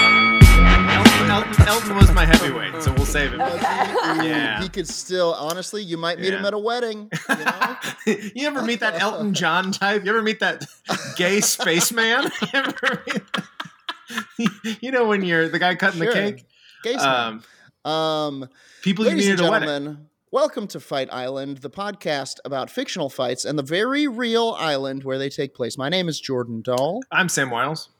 Elton, Elton, Elton was my heavyweight, so we'll save him. Yeah. He could still, honestly, you might meet him Yeah. at a wedding. You know? you ever meet that Elton John type? You ever meet that gay spaceman? You ever meet- you know when you're the guy cutting Sure. the cake? Gay smile. Um, Um, people you ladies meet and at a wedding. gentlemen, welcome to Fight Island, the podcast about fictional fights and the very real island where they take place. My name is Jordan Dahl, I'm Sam Wiles.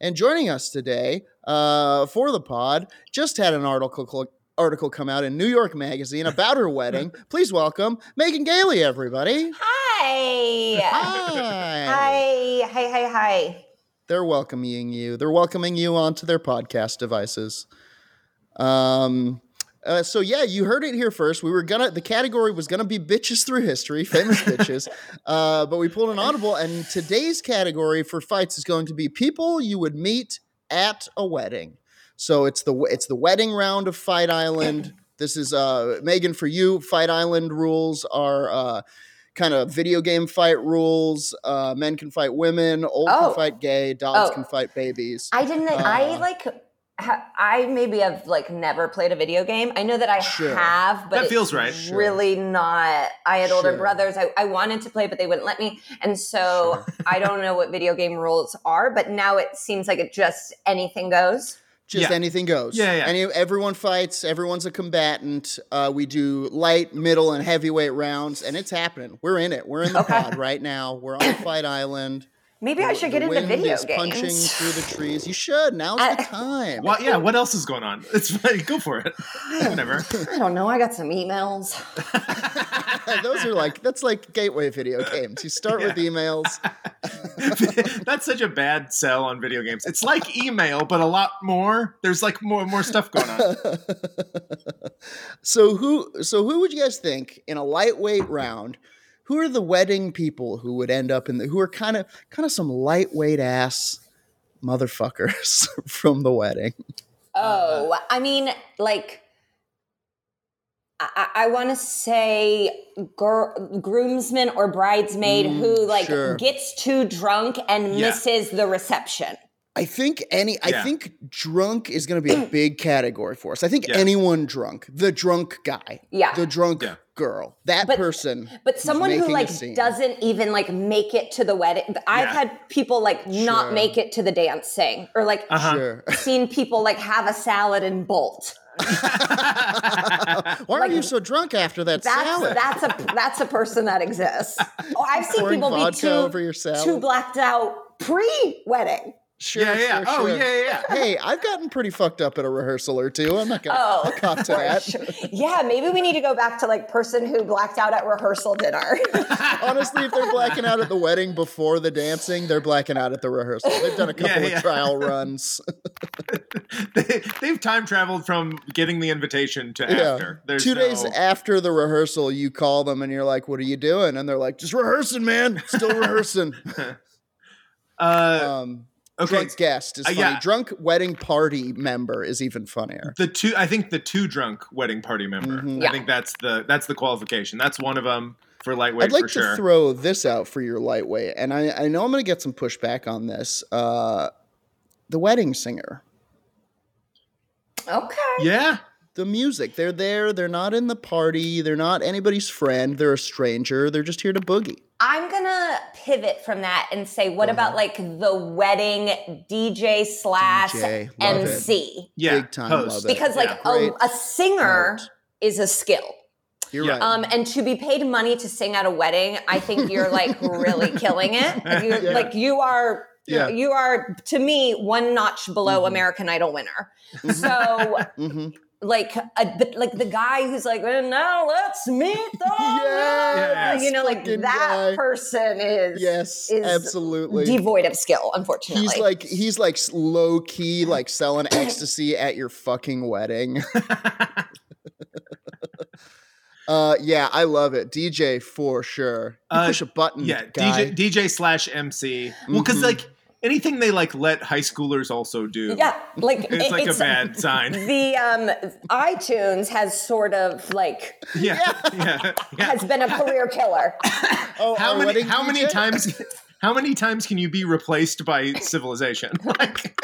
and joining us today uh, for the pod just had an article article come out in New York Magazine about her wedding. Please welcome Megan Gailey, everybody. Hi. Hi. Hi. Hi. Hi. Hi. They're welcoming you. They're welcoming you onto their podcast devices. Um, uh, so yeah, you heard it here first. We were gonna the category was gonna be bitches through history, famous bitches, uh, but we pulled an audible, and today's category for fights is going to be people you would meet at a wedding. So it's the it's the wedding round of Fight Island. This is uh, Megan for you. Fight Island rules are. Uh, Kind of video game fight rules. Uh, men can fight women. Old Oh. can fight gay. Dogs Oh. can fight babies. I didn't. I Uh, like. Ha, I maybe have like never played a video game. I know that I Sure. have, but That it's feels right. Sure. Really not. I had older Sure. brothers. I, I wanted to play, but they wouldn't let me, and so I don't know what video game rules are. But now it seems like it just anything goes. just Yeah. anything goes. Yeah, yeah. Any, everyone fights. Everyone's a combatant. Uh, we do light, middle, and heavyweight rounds, and it's happening. We're in it. We're in the Okay. pod right now. We're on Fight Island. Maybe I should the get into wind video is punching games. through the trees. You should. Now's the I- time. Well, yeah. What else is going on? It's fine. Go for it. Whatever. I don't know. I got some emails. Those are like that's like gateway video games. You start with emails. That's such a bad sell on video games. It's like email, but a lot more. There's like more more stuff going on. so who so who would you guys think in a lightweight round? Who are the wedding people who would end up in the who are kind of kind of some lightweight ass motherfuckers from the wedding? Oh, Uh, I mean, like, I, I I want to say gr- groomsman or bridesmaid who like Mm, sure. gets too drunk and Yeah. misses the reception. I think any I Yeah. think drunk is going to be a big category for us. I think Yeah. anyone drunk, the drunk guy, Yeah. the drunk Yeah. girl, that But- person, But someone who making a like scene. doesn't even like make it to the wedding. I've Yeah. had people like Sure. not make it to the dancing or like Uh-huh. sure. seen people like have a salad and bolt. Why are you so drunk after that That's salad? that's a that's a person that exists. Oh, I've seen Pouring people be vodka too over your salad. too blacked out pre-wedding. sure, yeah, yeah. sure, oh, sure. yeah, yeah, yeah. Hey, I've gotten pretty fucked up at a rehearsal or two. I'm not gonna Oh, cop to that. Sure. Yeah, maybe we need to go back to like person who blacked out at rehearsal dinner. Honestly, if they're blacking out at the wedding before the dancing, they're blacking out at the rehearsal. They've done a couple yeah. of trial runs. They, they've time traveled from getting the invitation to after. There's Two days no- after the rehearsal, you call them and you're like, "What are you doing?" And they're like, "Just rehearsing, man. Still rehearsing." Uh, Um, okay. Drunk guest is Uh, funny. yeah. Drunk wedding party member is even funnier. The two, I think, the two drunk wedding party member. Mhm. Yeah. I think that's the that's the qualification. That's one of them for lightweight I'd like for to sure. throw this out for your lightweight, and I, I know I'm going to get some pushback on this. Uh, the wedding singer, okay. yeah, the music. They're there. They're not in the party. They're not anybody's friend. They're a stranger. They're just here to boogie. I'm gonna pivot from that and say, what about like the wedding DJ slash DJ, love it. MC? yeah. Big time host. love it. Because like Yeah. Great a, a singer note. is a skill. You're Yeah. right. Um, and to be paid money to sing at a wedding, I think you're like really killing it. Like, you're, Yeah. like you are, Yeah. Mm-hmm. you are to me one notch below American Idol winner. So hmm like a, but like the guy who's like, well, now let's meet the Yes, you know, like fucking that guy. person is Yes, is absolutely. devoid of skill, unfortunately. He's like he's like low key like selling ecstasy at your fucking wedding. uh yeah, I love it. DJ for sure. You Uh, push a button. yeah Mm, guy. dj dj slash mc well because Mhm. like anything they like let high schoolers also do yeah, like it's it- like a bad sign The um, iTunes has sort of like yeah yeah, yeah. has been a career killer. Oh, how our many wedding how many DJ? times how many times can you be replaced by civilization like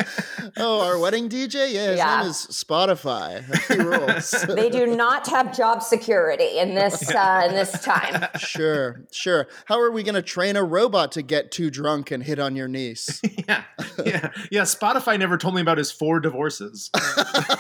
Oh, our wedding DJ? Yeah, his Yeah. name is Spotify. He rules. They do not have job security in this uh, in this time. sure, sure. How are we gonna train a robot to get too drunk and hit on your niece? yeah yeah yeah spotify never told me about his four divorces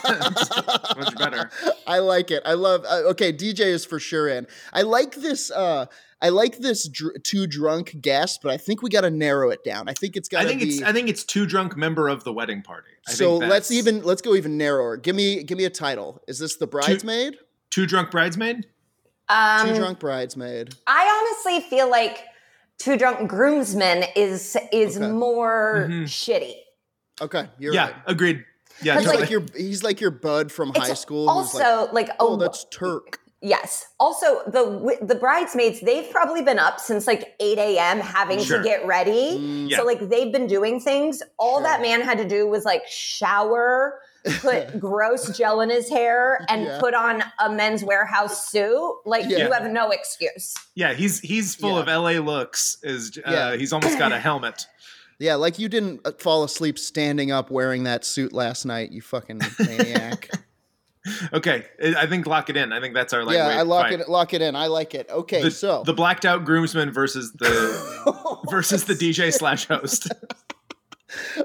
much better I like it. I love. Uh, okay, DJ is for sure in. I like this. Uh, I like this dr- too drunk guest, but I think we got to narrow it down. I think it's got i to be. think it's i think it's too drunk member of the wedding party I so think let's that's even let's go even narrower. Give me give me a title. Is this the bridesmaid? too drunk bridesmaid Too, Um, drunk bridesmaid. I honestly feel like Two Drunk Groomsmen is is Okay. more Mhm. shitty. Okay, you're yeah right. agreed yeah He's That's like, totally. like- your he's like your bud from It's high school. who's also like, like, a oh, that's Turk. yes. Also, the wi- the bridesmaids they've probably been up since like eight a.m. having Sure. to get ready. Mm, Yeah. So like they've been doing things. All Sure. that man had to do was like shower, put gross gel in his hair, and Yeah. put on a men's warehouse suit. Like Yeah. you have no excuse. Yeah, he's he's full Yeah. of LA looks. Is uh, Yeah. he's almost got a helmet. yeah, like you didn't uh, fall asleep standing up wearing that suit last night. You fucking maniac. Okay, I I think lock it in. I think that's our yeah, lightweight. I lock fight. it lock it in. I like it. Okay, The, so the blacked out groomsman versus the versus the DJ slash host.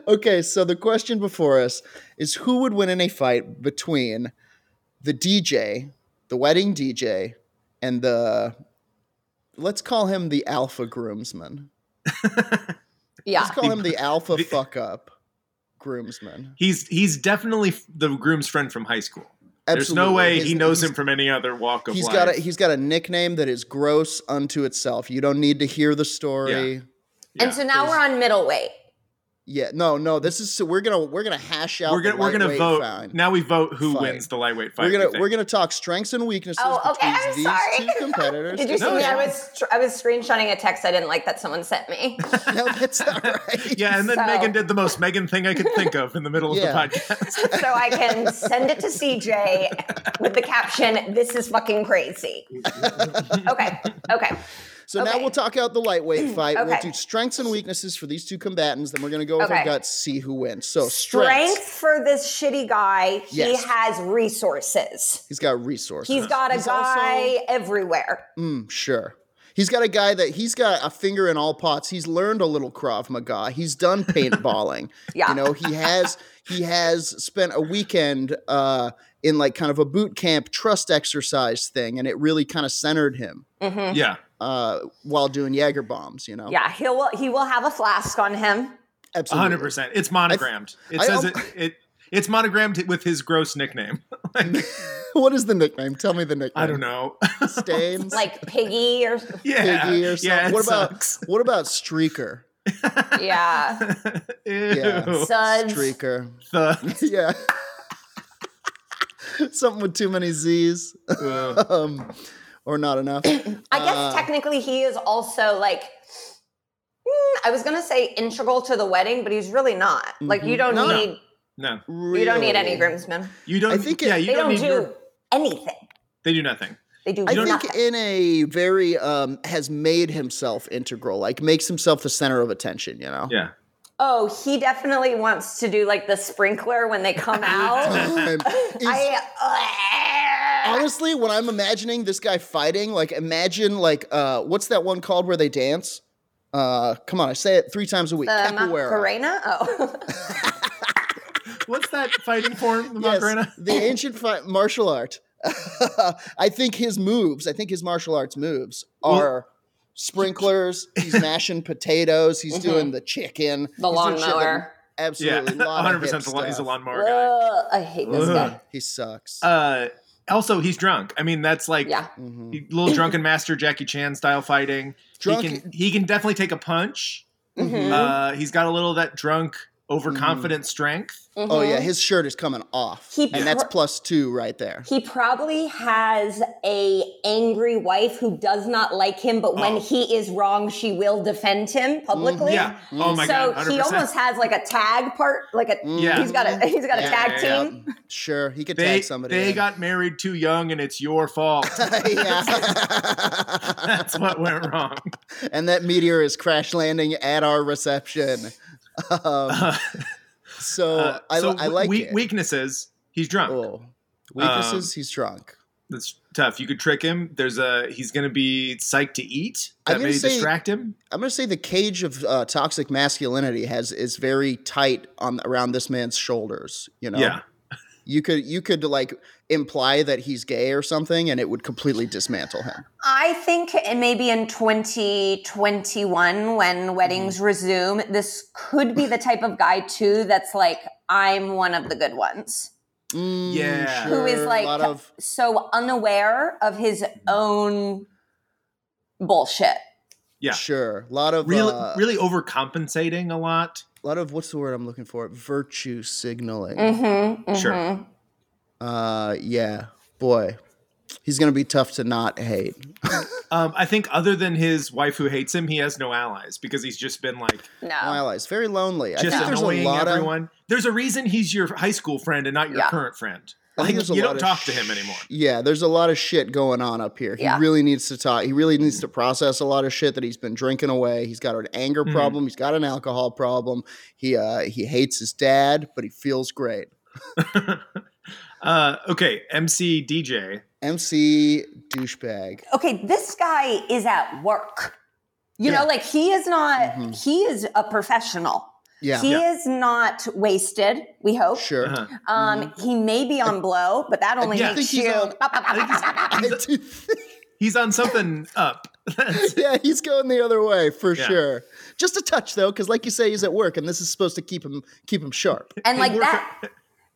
Okay, so the question before us is who would win in a fight between the DJ, the wedding DJ, and the let's call him the alpha groomsman. Yeah. Let's call him the alpha Ah. The- fuck up groomsman. He's he's definitely f- the groom's friend from high school. There's no Absolutely. way His- he knows he's- him from any other walk of He's life. got a he's got a nickname that is gross unto itself. You don't need to hear the story. Yeah. And so now we're on middleweight. no, no. This is so we're gonna we're gonna hash out. we're gonna the we're gonna lightweight vote. fine. Now we vote who Fight. wins the lightweight fight. we're we gonna think. we're gonna talk strengths and weaknesses Oh, okay. between I'm these sorry. two competitors. Did you see No, me? yeah. I was tr- I was screenshotting a text I didn't like that someone sent me. no, that's all right. yeah, and then So- Megan did the most Megan thing I could think of in the middle of Yeah. the podcast. so I can send it to CJ with the caption, This is fucking crazy. Okay. Okay. So now Okay. we'll talk out the lightweight fight. We'll Okay. do strengths and weaknesses for these two combatants. Then we're gonna go with our Okay. guts, see who wins. So strengths. Strength for this shitty guy. He Yes. has resources. He's got resources. He's got a He's also- guy everywhere. Mm, sure. He's got a guy that he's got a finger in all pots. He's learned a little Krav Maga. He's done paintballing. Yeah. You know, he has he has spent a weekend uh, in like kind of a boot camp trust exercise thing, and it really kind of centered him Mhm. yeah, uh, while doing Jaeger bombs. You know, Yeah, he'll he will have a flask on him. absolutely, hundred percent. It's monogrammed. it I says al- it, it. It's monogrammed with his gross nickname. What is the nickname? Tell me the nickname. I don't know. Stains, Like Piggy or yeah, piggy or something. yeah. It what about sucks. what about streaker? yeah. Ew. Yeah. Suds. Streaker, The- yeah. something with too many Z's. uh, um, or not enough. I guess Uh, technically he is also like mm, I was gonna say integral to the wedding, but he's really not. Like you don't No. need no, you don't need any Really. groomsmen. you don't. I think it- yeah, you they don't, don't, need do your- anything. They do nothing. They do I nothing. think in a very um, has made himself integral, like makes himself the center of attention. You know, Yeah, oh, he definitely wants to do like the sprinkler when they come out. uh, Um, is- I honestly, when I'm imagining this guy fighting, like imagine like uh, what's that one called where they dance? Uh, come on, I say it three times a week. the Capoeira. Macarena. Oh, what's that fighting form? The Yes, Macarena. the ancient fi- martial art. I think his moves, I think his martial arts moves are sprinklers. He's mashing potatoes. He's doing the chicken. Mm-hmm. the he's doing shit that lawnmower. Absolutely. yeah, Lot of hip 100% the lawn, he's a stuff. lawnmower guy. Ugh, I hate this guy. He sucks. Uh, also, he's drunk. I mean, that's like Yeah. Mhm. he- little drunken master Jackie Chan style fighting. Drunk. He can he can definitely take a punch. Mm-hmm. Mhm. Uh, he's got a little of that drunk overconfident strength. oh Mhm. yeah, his shirt is coming off, He and that's pro- plus two right there. He probably has a angry wife who does not like him, but when Oh. Mm, he is wrong, she will defend him publicly. Yeah. Mm-hmm. Oh my so god. 100%. he almost has like a tag part, like a Yeah. he's got a he's got Mm. Yeah, a tag yeah, team. Sure, he could they, tag somebody. they in. got married too young and it's your fault. yeah. That's what went wrong. and that meteor is crash landing at our reception. Um, Uh, so uh, I, so I like we- it. weaknesses. He's drunk. Um, Oh. Weaknesses, he's drunk. That's tough. You could trick him. There's a he's going to be psyched to eat. I'm That may gonna say- distract him. I'm gonna say the cage of uh, toxic masculinity has is very tight on around this man's shoulders. You know, Yeah. you could you could like imply that he's gay or something, and it would completely dismantle him. I think and maybe in 2021 Mm-hmm. when weddings resume, this could be the type of guy too that's like I'm one of the good ones. Mm, Yeah. Who is sure, like a lot of so unaware of his own bullshit. Yeah. sure, a lot of Really uh, really overcompensating a lot. a lot of what's the word I'm looking for? Virtue signaling. Mm-hmm, Sure. Uh, yeah, boy, he's gonna be tough to not hate. Um, I think other than his wife who hates him, he has no allies because he's just been like No. My allies very lonely. I just think there's a annoying lot of everyone. There's a reason he's your high school friend and not your Yeah. current friend. I think Like there's a you lot don't of talk to him anymore. Yeah, there's a lot of shit going on up here. He Yeah. really needs to talk. He really needs to process a lot of shit that he's been drinking away. He's got an anger Mhm. problem. He's got an alcohol problem. He uh, he hates his dad, but he feels great. Uh, okay, MC DJ. MC douchebag. okay, this guy is at work. You Yeah. know, like he is not, Mhm. he is a professional. Yeah, He Yeah. is not wasted, we hope. sure. Mm-hmm. Uh-huh. Um, He may be on blow, but that only yeah, I makes think he's you. on- I do think- He's on something up. yeah, he's going the other way for Yeah. sure. Just a touch though, because like you say, he's at work, and this is supposed to keep him keep him sharp. and like that,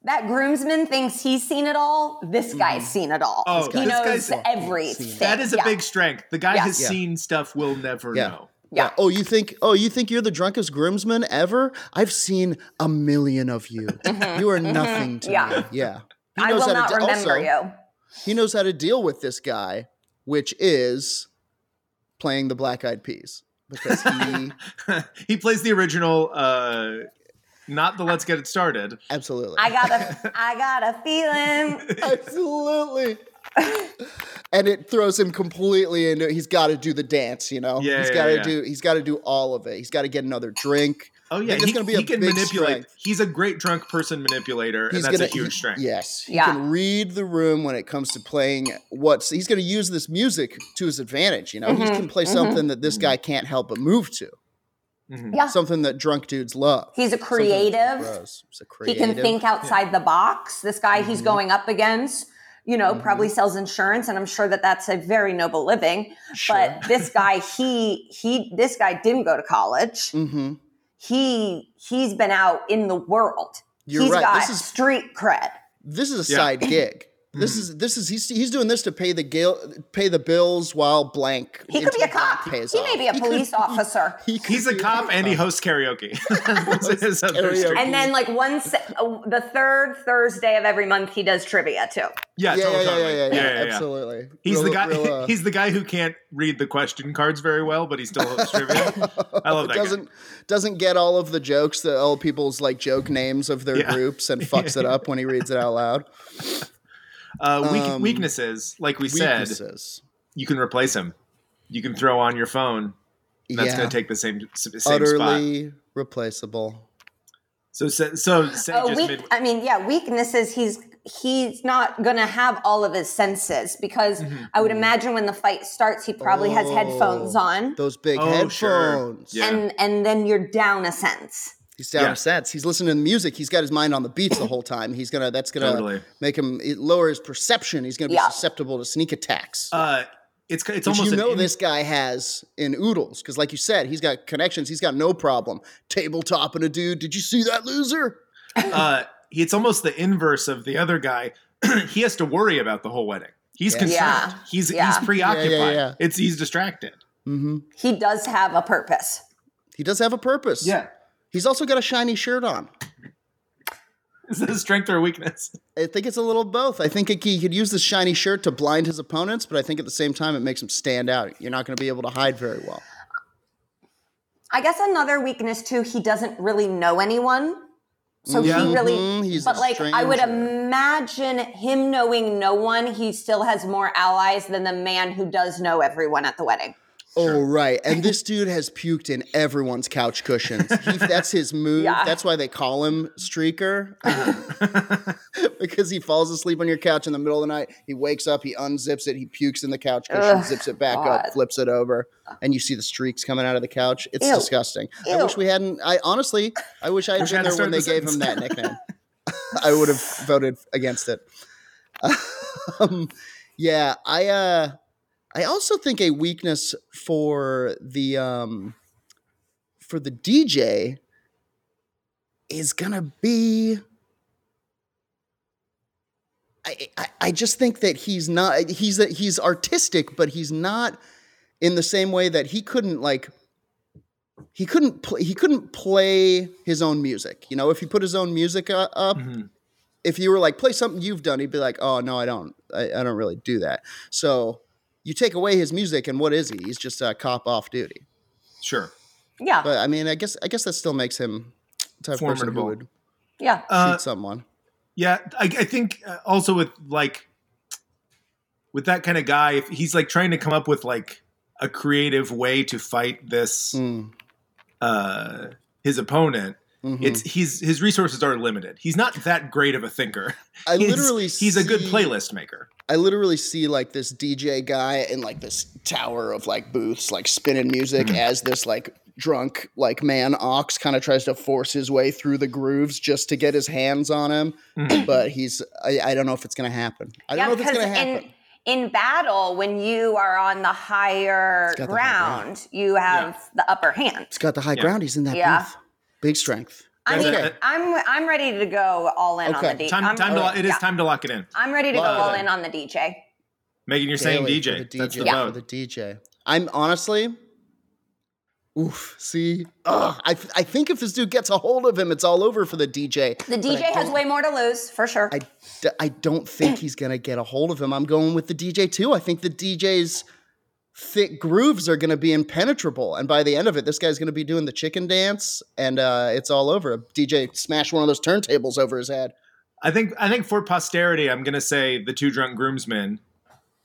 that groomsman thinks he's seen it all. Mm-hmm. This guy's seen it all. Oh, he this knows guy's- everything. that is a Yeah. big strength. The guy Yeah. has Yeah. seen stuff we'll never Yeah. know. Yeah. Oh, you think? Oh, you think you're the drunkest groomsman ever? I've seen a million of you. you are nothing to Mm-hmm. Yeah. me. Yeah. He I knows how will to not de- remember also, you. He knows how to deal with this guy, which is playing the Black Eyed Peas because he he plays the original, uh, not the Let's Get It Started. absolutely, I got a, I got a feeling. absolutely. And it throws him completely into. He's got to do the dance, you know. Yeah, he's yeah, got to yeah. do. He's got to do all of it. He's got to get another drink. Oh yeah, think it's he, gonna be he a can big manipulate. strength. He's a great drunk person manipulator, and He's that's gonna- a huge he- strength. Yes, he Yeah. can read the room when it comes to playing. What's he's going to use this music to his advantage? You know, he Mhm, can play mhm. something that this guy can't help but move to. Mhm. Yeah. something that drunk dudes love. Ah. He's a Something that drunk creative. bros- He's a he creative. Mm-hmm. can think outside the box. This guy he's going up against, you know, probably sells insurance, and I'm sure that that's a very noble living. But this guy, he he, this guy didn't go to college. Mm-hmm. He he's been out in the world. You're He's right. got This is- street cred. This is a Yeah. Mm-hmm. side gig. This is this is he's he's doing this to pay the gale, pay the bills while blank. He could be until a cop. blank pays He may off. be a He police officer. could- he could He's a be cop and he hosts karaoke. That's his other Karaoke. strength. and then, like once uh, the third Thursday of every month, he does trivia too. yeah, Yeah, yeah, totally. yeah, yeah, yeah, yeah, yeah. absolutely. He's the Real- guy. real, uh, he's the guy who can't read the question cards very well, but he still hosts trivia. I love that. doesn't doesn't get all of the jokes, the old people's like joke names of their Yeah. groups, and fucks it up when he reads it out loud. guy. Uh, weak, um, weaknesses, like we said, Weaknesses. you can replace him. You can throw on your phone. That's yeah. going to take the same s- same spot. utterly replaceable. So so, so say Oh, just weak, mid- I mean, yeah, weaknesses. He's he's not gonna have all of his senses because I would imagine when the fight starts, he probably has Oh. headphones on, Those big Oh, headphones. sure. Yeah. and and then you're down a sense. He's down Yeah. to sets. He's listening to music. He's got his mind on the beats the whole time. He's gonna. That's gonna Totally. make him it lower his perception. He's gonna be Yeah. susceptible to sneak attacks. uh, It's it's Which almost you an know in- this guy has in oodles because, like you said, he's got connections. He's got no problem tabletopping a dude. Did you see that loser? uh, it's almost the inverse of the other guy. he has to worry about the whole wedding. He's Yeah. concerned. Yeah. He's Yeah. Yeah, he's preoccupied. yeah. It's he's distracted. Mm-hmm. He does have a purpose. He does have a purpose. He's also got a shiny shirt on. Is that a strength or a weakness? I think it's a little both. I think it, he could use this shiny shirt to blind his opponents, but I think at the same time it makes him stand out. You're not going to be able to hide very well. I guess another weakness too, he doesn't really know anyone. So Yeah. he really Mhm, he's but a like I would stranger. imagine him knowing no one, he still has more allies than the man who does know everyone at the wedding. Oh right, and this dude has puked in everyone's couch cushions. He, that's his move. Yeah. That's why they call him Streaker, because he falls asleep on your couch in the middle of the night. He wakes up, he unzips it, he pukes in the couch cushion, Ugh, zips it back up, God. flips it over, and you see the streaks coming out of the couch. It's Ew. disgusting. I Ew. wish we hadn't. I honestly, I wish I had Wish I been hadn't there when they started gave the him that sentence. nickname. I would have voted against it. Um, yeah, I. uh I also think a weakness for the um for the DJ is gonna be I, I, I just think that he's not he's that he's artistic, but he's not in the same way that he couldn't like he couldn't play he couldn't play his own music. You know, if he put his own music u- up, Mhm. if you were like play something you've done, he'd be like, "Oh no, I don't. I, I don't really do that." So you take away his music, and what is he? He's just a cop off duty. Sure. Yeah. But I mean, I guess I guess that still makes him the type of person who Formidable. would shoot yeah. Uh, someone. yeah, I, I think uh, also with like with that kind of guy, if he's like trying to come up with like a creative way to fight this Mm, uh, his opponent. mhm. It's he's his resources are limited. He's not that great of a thinker. I He's- literally he's a good see- playlist maker. I literally see like this DJ guy in like this tower of like booths, like spinning music Mm. as this like drunk like man ox kind of tries to force his way through the grooves just to get his hands on him. Mhm. But he's I, I don't know if it's gonna happen. I don't know if it's gonna happen. in in battle, when you are on the higher It's got the high ground. ground, you have the upper hand. It's got the high Yeah. ground. He's in that Yeah. booth. Big strength. I There's mean, a- I'm I'm ready to go all in Okay. on the DJ. Time, I'm, Oh, time to lo- it is yeah. time to lock it in. I'm ready to go Lock it all in. in on the DJ. Megan, you're saying Daily DJ. For the That's DJ. the Yeah. For vote. the DJ. I'm honestly. Oof. See, Ugh, I, I think if this dude gets a hold of him, it's all over for the DJ. The But I DJ has don't- way more to lose for sure. I, d- I don't think he's gonna get a hold of him. I'm going with the DJ too. I think the DJ's thick grooves are gonna be impenetrable, and by the end of it, this guy's gonna be doing the chicken dance, and uh, it's all over. DJ smashed one of those turntables over his head. I think I think for posterity, I'm gonna say the two drunk groomsmen.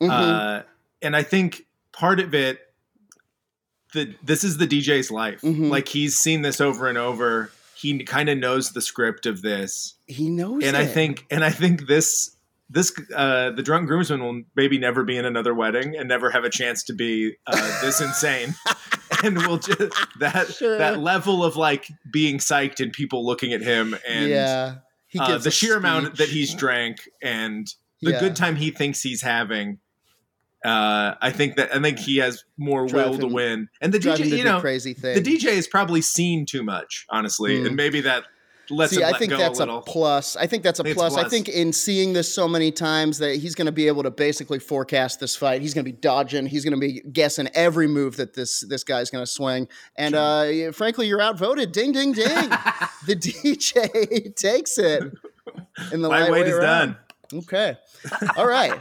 Mhm. Uh, and I think part of it, the this is the DJ's life. Mhm. Like he's seen this over and over. He kind of knows the script of this, he knows. and I it. think and I think this this uh, the drunk groomsman will maybe never be in another wedding and never have a chance to be uh, this insane. and we'll just that Sure. that level of like being psyched and people looking at him and yeah, he uh, gives the a sheer amount that speech. he's drank and the Yeah. good time he thinks he's having. Uh, I think that I think he has more Drive will to him- win, and the Driving DJ, to you do know, crazy the thing. DJ has probably seen too much, honestly, Mm. and maybe that lets See, him I let think go that's a a, little. plus. I think that's a I think it's plus. I plus. think in seeing this so many times that he's going to be able to basically forecast this fight. He's going to be dodging. He's going to be guessing every move that this this guy's going to swing. And uh, frankly, you're outvoted. Ding, ding, ding. the DJ takes it. And the My light weight way is around. done. Okay. All right.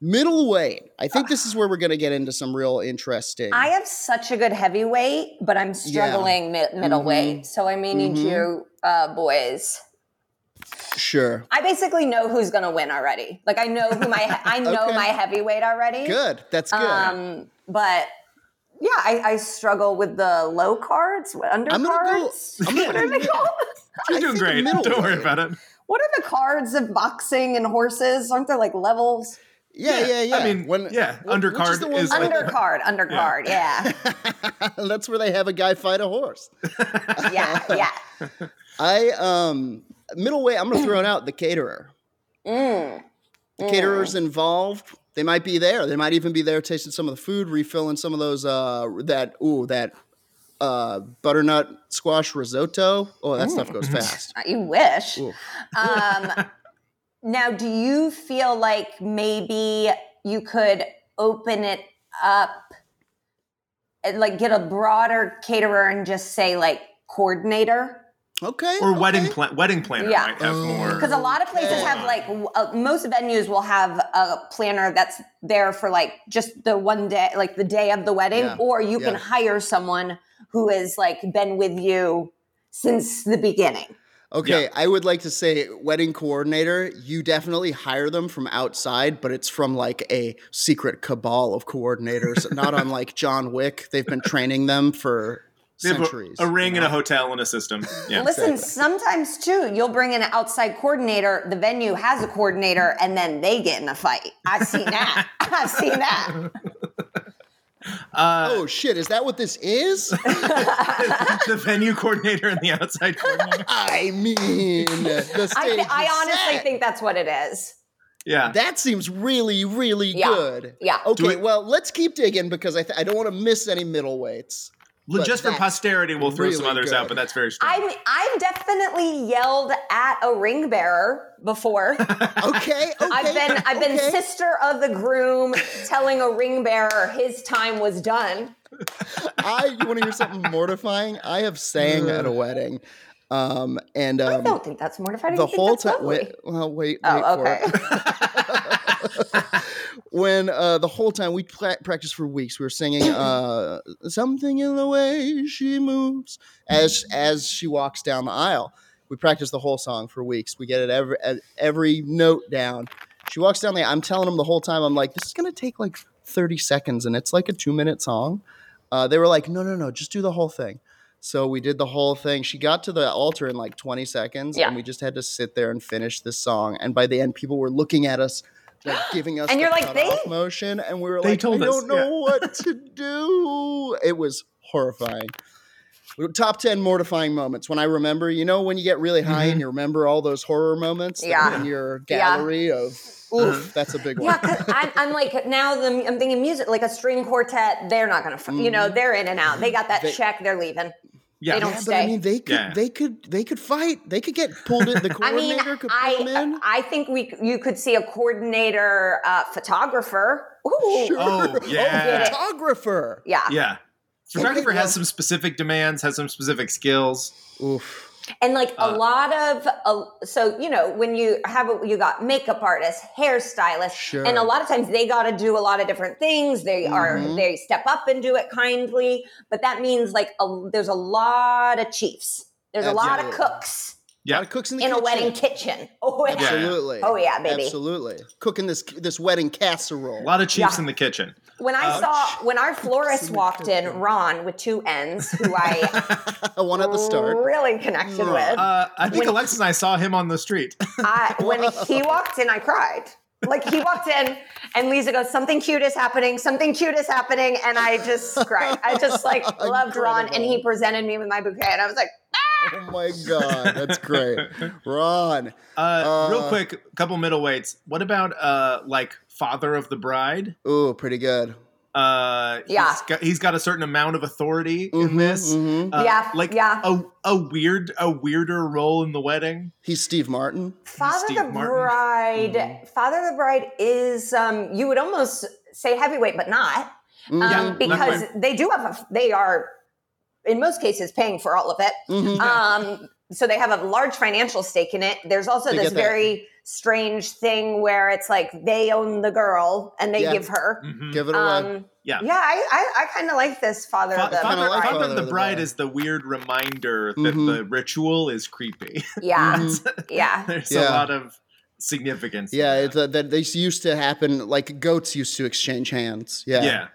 Middleweight. I think this is where we're going to get into some real interesting. I have such a good heavyweight, but I'm struggling mi- middleweight. Mm-hmm. So I may need Mhm. you, uh, boys. sure. I basically know who's gonna win already. Like I know who my I know Okay. my heavyweight already. Good. That's good. Um, but yeah, I, I struggle with the low cards, undercards. I'm gonna go- I'm gonna what are go they called? You're I doing great. think Don't worry middleweight. about it. What are the cards of boxing and horses? Aren't there like levels? Yeah, yeah, yeah. I mean, yeah, wh- which is undercard the one- is like- Undercard, undercard. Yeah, That's where they have a guy fight a horse. yeah, yeah. I um middleweight. I'm gonna throw it out. The caterer. Mm. The caterer's involved. They might be there. They might even be there tasting some of the food, refilling some of those uh that ooh, that uh butternut squash risotto. Oh, that stuff goes fast. You wish. Ooh. Um, now, do you feel like maybe you could open it up and like get a broader caterer and just say like coordinator? Okay. Or wedding okay. plan- wedding planner Yeah. might have Oh. more. Because a lot of places Okay. have like w- uh, most venues will have a planner that's there for like just the one day, like the day of the wedding, Yeah. or you can Yeah. hire someone who has like been with you since the beginning. Okay, Yeah. I would like to say wedding coordinator, you definitely hire them from outside, but it's from like a secret cabal of coordinators, not unlike John Wick. They've been training them for They have a- centuries. a, ring and a hotel and a system. Yeah. Listen, sometimes too, you'll bring in an outside coordinator, the venue has a coordinator, and then they get in a fight. I've seen that. I've seen that. Uh, Oh shit, is that what this is? the venue coordinator and the outside coordinator. I mean, the stage I, thi- I is honestly set. think that's what it is. Yeah. that seems really, really Yeah, good. yeah. Okay, Do it- well, let's keep digging because I, th- I don't want to miss any middle weights. Well, Just for that's posterity, we'll throw some really others good. out, but that's very strong. I've, I've definitely yelled at a ring bearer before. Okay, okay. I've been I've been okay. sister of the groom telling a ring bearer his time was done. I you want to hear something mortifying? I have sang at a wedding, um, and I um, don't think that's mortifying. the I think whole that's time. lovely. Wait, well, wait, wait oh, for okay. it. When uh, the whole time we pla practiced for weeks, we were singing uh, "Something in the Way She Moves" as as she walks down the aisle. We practiced the whole song for weeks. We get it every ev- every note down. She walks down the. I'm telling them the whole time. I'm like, this is gonna take like 30 seconds, and it's like a two minute song. Uh, they were like, no, no, no, just do the whole thing. So we did the whole thing. She got to the altar in like 20 seconds, Yeah. and we just had to sit there and finish this song. And by the end, people were looking at us, like giving us And the you're like, cutoff they- motion, and we were They like, told I us, don't know yeah. what to do. It was horrifying. Top 10 mortifying moments when I remember, you know, when you get really high Mm-hmm. and you remember all those horror moments that are Yeah. in your Yeah. gallery of, oof, that's a big one. Yeah, 'cause I'm, I'm like now the, I'm thinking music like a string quartet. They're not gonna, fu- you know, they're in and out. They got that Mm-hmm. They- check. They're leaving. yeah. they don't Yeah, but I stay. mean, they could, Yeah. they could, they could fight. They could get pulled in. The I mean, coordinator could pull them I uh, in. I think we you could see a coordinator uh, photographer. Ooh, Sure. Oh, yeah. Photographer. yeah. Yeah. Photographer well- has some specific demands, has some specific skills. Oof. and like a lot of uh, so you know when you have a, you got makeup artists hairstylists Sure. Mm-hmm. and a lot of times they got to do a lot of different things they are they step up and do it kindly but that means like a, there's a lot of chiefs there's a lot of Absolutely. cooks A Yeah. lot of cooks in the in a kitchen. wedding kitchen oh yeah, Absolutely. Oh, yeah, baby. Absolutely. Cooking this this wedding casserole. A lot of chiefs Yeah. in the kitchen. when i saw when our florist walked in ron with two n's who i One at the start. Mm. really connected with Uh, I think Alexis and I saw him on the street. I, when he walked in, I cried. Like he walked in, and Lisa goes, "Something cute is happening. Something cute is happening," and I just cried. I just like loved Ron, and he Incredible. presented me with my bouquet, and I was like, Oh my god, that's great, Ron. Uh, real quick, couple middle weights. What about uh, like father of the bride? Ooh, pretty good. Uh, Yeah. he's got, he's got a certain amount of authority in this. mhm. Uh, Yeah, like yeah. a a weird a weirder role in the wedding. He's Steve Martin. "Father Steve the Martin. Bride, Father the Bride is um, you would almost say heavyweight, but not um, Mhm. Yeah, because that's they do have a, they are in most cases paying for all of it. Mhm. Um, so they have a large financial stake in it. There's also They this get that. very strange thing where it's like they own the girl and they Yeah. give her. Mhm. Give it away. Um, Yeah. yeah, I, I, I kind of like this father. Fa- of the, Father, like Father Father of of the the Bride Bride. is the weird reminder that Mhm. the ritual is creepy. Mm-hmm. yeah, yeah, There's a Yeah. lot of significance. in Yeah, that. it's, uh, that this used to happen. Like goats used to exchange hands. Yeah. yeah.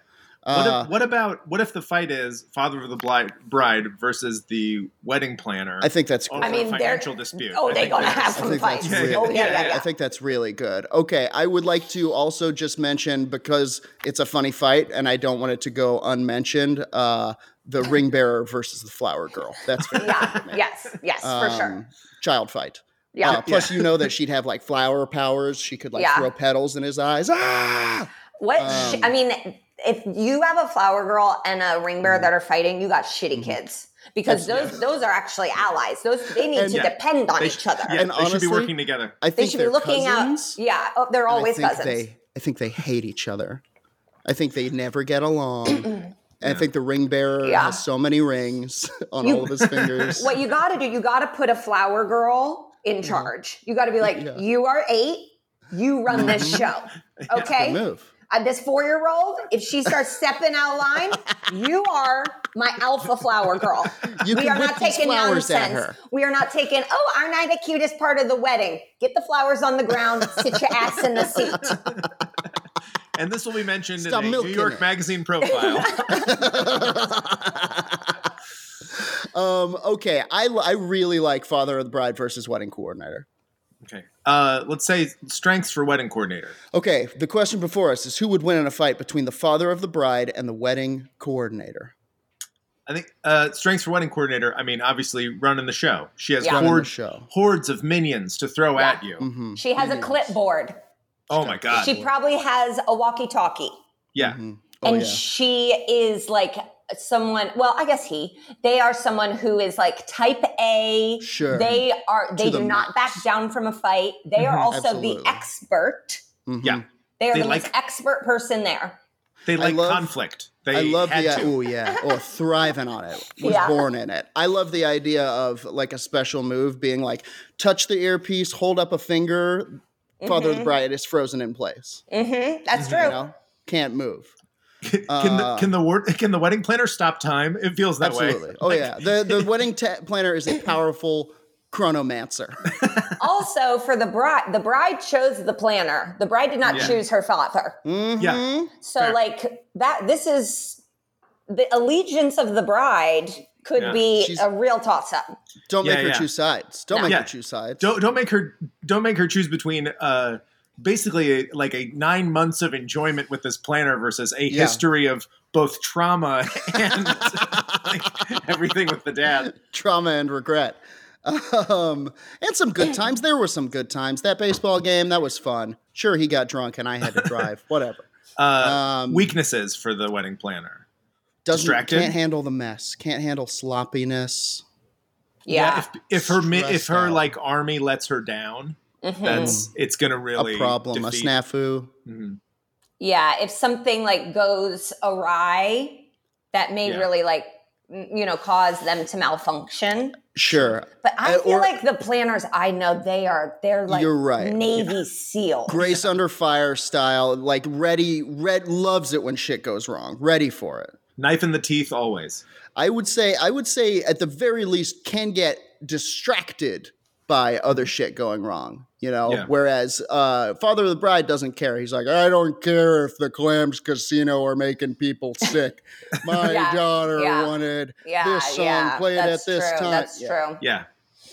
What, Uh, if, what about what if the fight is father of the bli- bride versus the wedding planner? I think that's. over great. I mean, a they're- financial dispute. Oh, I they think gonna there's- have I some think fights. that's really, Oh yeah, yeah, yeah. I think that's really good. Okay, I would like to also just mention because it's a funny fight and I don't want it to go unmentioned. Uh, the ring bearer versus the flower girl. That's very yeah. Yes, yes, for sure. um, child fight. Yeah. Uh, plus, you know that she'd have like flower powers. She could like Yeah. throw petals in his eyes. Ah! What sh- I mean, if you have a flower girl and a ring bearer Mm-hmm. that are fighting, you got shitty kids because those those are actually allies. Those they need And- to Yeah. depend on They each sh- other. Yeah, And they should honestly- be working together. I They think should they're be looking cousins. out. Yeah, oh, they're and I always think cousins. They, I think they hate each other. I think they never get along. And I think the ring bearer Yeah. has so many rings on all of his fingers. what you got to do, you got to put a flower girl in charge. You got to be like, Mm-hmm. Yeah. you are eight, you run this show, Good okay? move. Uh, this four year old, if she starts stepping out of line, you are my alpha flower girl. You we can are whip not these taking flowers nonsense. at her. We are not taking, oh, aren't I the cutest part of the wedding? Get the flowers on the ground, sit your ass in the seat. And this will be mentioned Stop in a New milking York it. Magazine profile. Um, okay, I, l- I really like Father of the Bride versus Wedding Coordinator. okay. Uh, let's say strengths for wedding coordinator. Okay, the question before us is who would win in a fight between the Father of the Bride and the Wedding Coordinator? I think uh, strengths for wedding coordinator. I mean, obviously running the show. She has Yeah. Running the horde, show. hordes of minions to throw Yeah. at you. Mm-hmm. She has a clipboard. Oh my god. She probably has a walkie talkie. yeah. Oh, and yeah. she is like someone well i guess he they are someone who is like type a Sure. they are they To do the not back max. Mm-hmm. down from a fight they are also Absolutely. the expert Mhm. Yeah. they are They the most like- expert person there They like love- conflict. They I love had the to. oh yeah oh thriving on it was Yeah. born in it. I love the idea of like a special move being like touch the earpiece, hold up a finger, father of the bride is frozen in place. hmm that's Mm-hmm, You Mm-hmm. true know, can't move. Can the Uh, can the word can the wedding planner stop time? It feels that Absolutely. way. Oh yeah. The the wedding ta planner is a powerful chronomancer. also for the bride the bride chose the planner the bride did not Yeah. choose her father Yeah. Mm-hmm. so Fair. like that this is the allegiance of the bride could Yeah. be She's- a real toss-up Don't Yeah, make her yeah. choose sides. Don't make Yeah. her choose sides. Don't don't make her don't make her choose between uh basically like a 9 months of enjoyment with this planner versus a Yeah. history of both trauma and like, everything with the dad. Trauma and regret. Um, and some good times. There were some good times. That baseball game, that was fun. Sure, he got drunk and I had to drive. Whatever. Uh, Um, weaknesses for the wedding planner. doesn't Distracted? can't handle the mess, can't handle sloppiness. yeah, If, if her mi- if Stressed her out. like army lets her down, Mm-hmm. Hmm. that's it's going to really a problem, defeat- a snafu. Mhm. Yeah, if something like goes awry, that may Yeah. really like m- you know cause them to malfunction. Sure. But I Uh, feel or- like the planners I know they are they're like You're right. Navy SEAL. Grace under fire style, like ready, red loves it when shit goes wrong, ready for it. Knife in the teeth always. I would say, I would say at the very least can get distracted by other shit going wrong, you know? Yeah. Whereas uh, Father of the Bride doesn't care. He's like, I don't care if the Clams Casino are making people sick. My Yeah, daughter yeah. wanted Yeah, this song yeah, played that's at this true, time. That's Yeah. true. Yeah.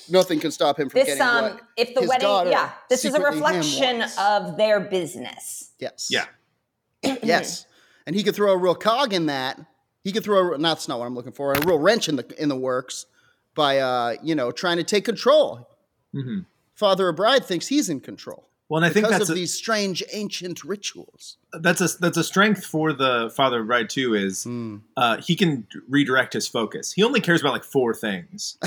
Nothing can stop him from This getting um, what if the his daughter wedding, yeah, this is a secretly him reflection wants. of their business. Yes. Yeah. yes. And he could throw a real cog in that. He could throw a, no, that's not what I'm looking for. A real wrench in the in the works by uh, you know, trying to take control. Mhm. Father O'Bride thinks he's in control Well, and I think because that's of a, these strange ancient rituals. that's a that's a strength for the father of bride too is uh, he can redirect his focus. He only cares about like four things.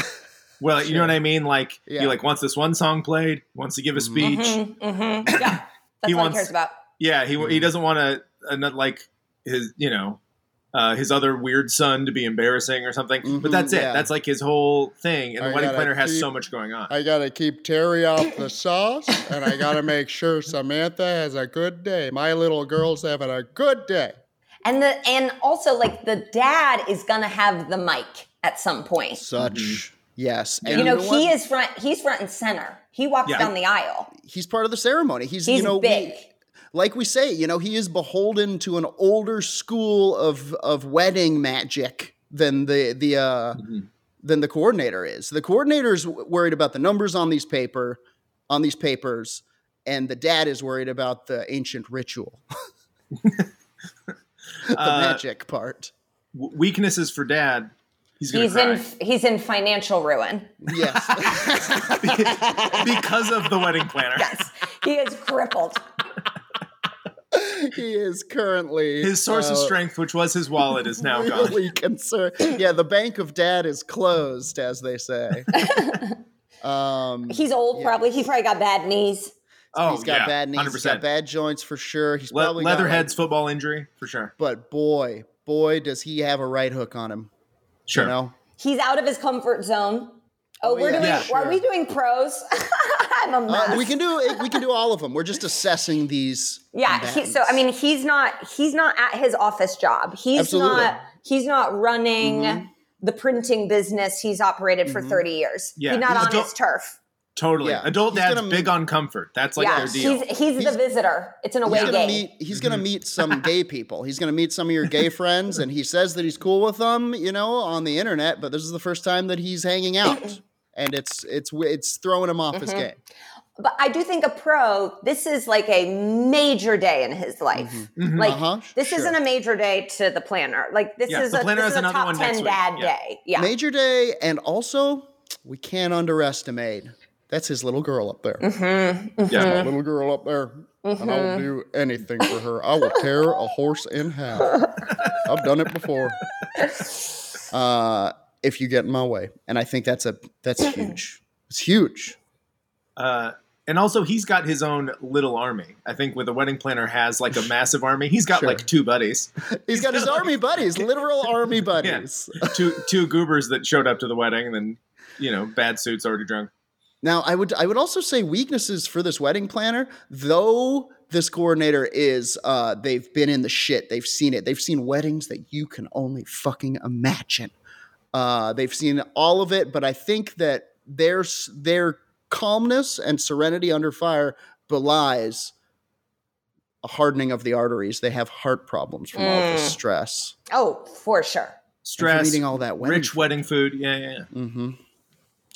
Well, you know what I mean? Like Yeah. Mm-hmm. he like wants this one song played, wants to give a speech. Mhm, Yeah, that's He what wants- he cares about. Yeah, he he doesn't want to like his you know uh, his other weird son to be embarrassing or something. Mhm, but that's it. yeah. That's like his whole thing. And I the wedding gotta planner has keep- so much going on. I gotta keep Terry off the sauce, and I gotta make sure Samantha has a good day. My little girl's having a good day. And the and also like the dad is gonna have the mic at some point. Such yes, and you know, what? he is front he's front and center he walks Yeah. down the aisle he's part of the ceremony. He's, he's you know we- big like we say, you know, he is beholden to an older school of of wedding magic than the the uh, Mm-hmm. than the coordinator is. The coordinator is w- worried about the numbers on these paper on these papers, and the dad is worried about the ancient ritual, the Uh, magic part. w- weaknesses Uh, for dad He's gonna He's cry. in he's in financial ruin. Yes. because of the wedding planner. Yes, he is crippled. he is currently His source of uh, strength, which was his wallet, is now gone. really concerned. Yeah, the bank of dad is closed, as they say. um, He's old, probably. He probably got bad knees. Oh, he's got yeah, bad knees. 100%. He's got bad joints for sure. He's Le- probably got, like- Leatherhead's football injury for sure. but boy, boy, does he have a right hook on him. Sure. You know, He's out of his comfort zone. Oh, Oh, yeah. we're doing. Yeah, Are sure. we doing pros? I'm a mess. Uh, we can do we can do all of them. We're just assessing these. yeah. He, so I mean, he's not. He's not at his office job. He's Absolutely. Mm-hmm. not. He's not running the printing business he's operated for 30 years. Yeah, he's not he's on don't- his turf. Totally. Yeah. Adult He's dad's gonna- big on comfort. That's like yeah, their he's, deal. he's the visitor. It's an he's away gonna game. meet he's gonna Mm-hmm. meet some gay people. He's gonna meet some of your gay friends, and he says that he's cool with them, you know, on the internet. But this is the first time that he's hanging out, and it's it's it's throwing him off his Mm-hmm. game. But I do think a pro, this is like a major day in his Mm-hmm. life. Like Uh-huh, this sure. isn't a major day to the planner. Like this Yeah, is the a, planner has this is a another top one next ten week. dad Yeah. day. Yeah. Major day, and also we can't underestimate that's his little girl up there. yeah. Little girl up there, and I will do anything for her. I will tear a horse in half. I've done it before. Uh, if you get in my way, and I think that's a that's huge. It's huge. Uh, and also, he's got his own little army. I think where the wedding planner has like a massive army. He's got Sure. like two buddies, He's got his army buddies, literal army buddies. two two goobers that showed up to the wedding, and then you know, bad suits already drunk. Now, I would I would also say weaknesses for this wedding planner, though this coordinator is uh they've been in the shit. They've seen it. They've seen weddings that you can only fucking imagine. Uh they've seen all of it, but I think that their s- their calmness and serenity under fire belies a hardening of the arteries. They have heart problems from all the stress. Oh, for sure. and from Stress, eating all that wedding. rich wedding food. Yeah, yeah. yeah. mm-hmm.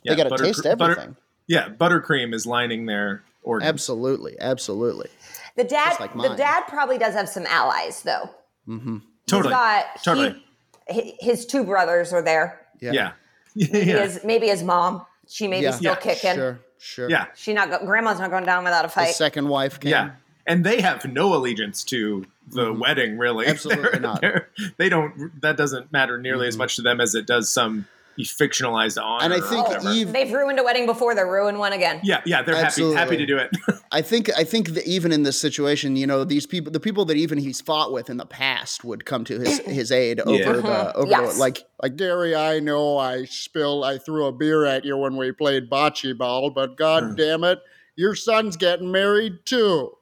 Yeah, they got to butter- taste butter- everything. yeah, buttercream is lining their organs. Absolutely, absolutely. The dad like the mine. dad probably does have some allies though. Totally. He's got Totally. he, hi- his two brothers are there. Yeah. yeah. Yeah. He Yeah. His, maybe his mom. She may Yeah. be still Yeah, kicking. Sure, sure. yeah. She not go, grandma's not going down without a His fight. second wife came. Yeah. And they have no allegiance to the wedding, really. Mm-hmm. Absolutely not. Mm-hmm. they don't. That doesn't matter nearly as much to them as it does some fictionalized honor. And I or think whatever. Eve- Oh, They've ruined a wedding before, they're ruined one again. yeah, yeah, they're happy, happy Absolutely. to do it. I think I think that even in this situation, you know, these people, the people that even he's fought with in the past, would come to his his aid over the over Yes. the like like Gary. I know I spilled, I threw a beer at you when we played bocce ball, but god damn it, your son's getting married too.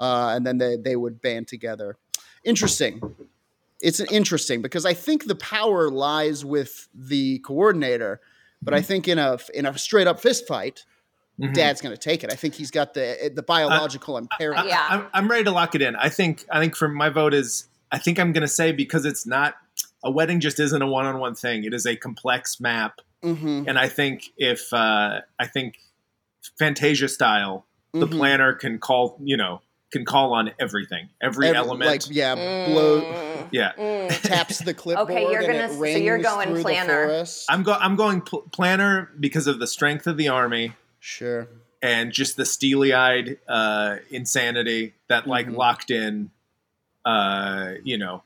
Uh, and then they they would band together. Interesting. It's an interesting because I think the power lies with the coordinator, but I think in a in a straight up fist fight, Mm-hmm. dad's going to take it. I think he's got the the Uh, biological impairment. Yeah. Mm-hmm. I'm, I'm ready to lock it in. I think. I think for my vote is. I think I'm going to say because it's not a wedding. Just isn't a one-on-one thing. It is a complex map. Mhm. And I think if uh, I think Fantasia style, the Mhm. planner can call. You know, can call on everything, every, Every- element. like yeah, blow yeah. taps the clipboard. Mm. you're and gonna- it so you're rings going through the planner. forest. I'm go. I'm going pl- planner because of the strength of the army sure. and just the steely-eyed uh, insanity that like Mm-hmm. locked in. Uh, you know,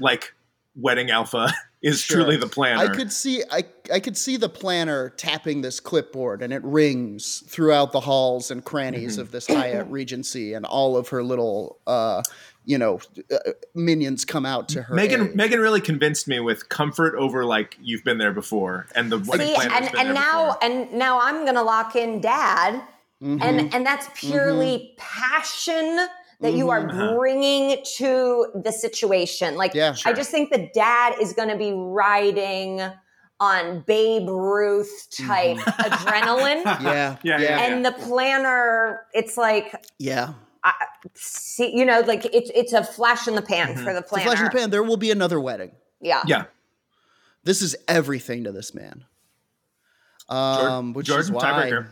like wedding alpha is Sure. truly the planner. I could see I I could see the planner tapping this clipboard and it rings throughout the halls and crannies Mm-hmm. of this Hyatt Regency and all of her little uh you know uh, minions come out to her. Megan aid. Megan really convinced me with comfort over like you've been there before and the wedding See, planner and, been and there now before. and now I'm gonna lock in dad, Mm-hmm. and and that's purely passion that you are bringing to the situation. Like, Yeah. I just think the dad is gonna be riding on Babe Ruth type adrenaline, yeah, Yeah, yeah, yeah, yeah, and the planner. It's like, yeah. see, you know, like it's it's a flash in the pan for the The planner. flash in the pan. There will be another wedding. Yeah, yeah. This is everything to this man. Um, which is Jordan why tiebreaker.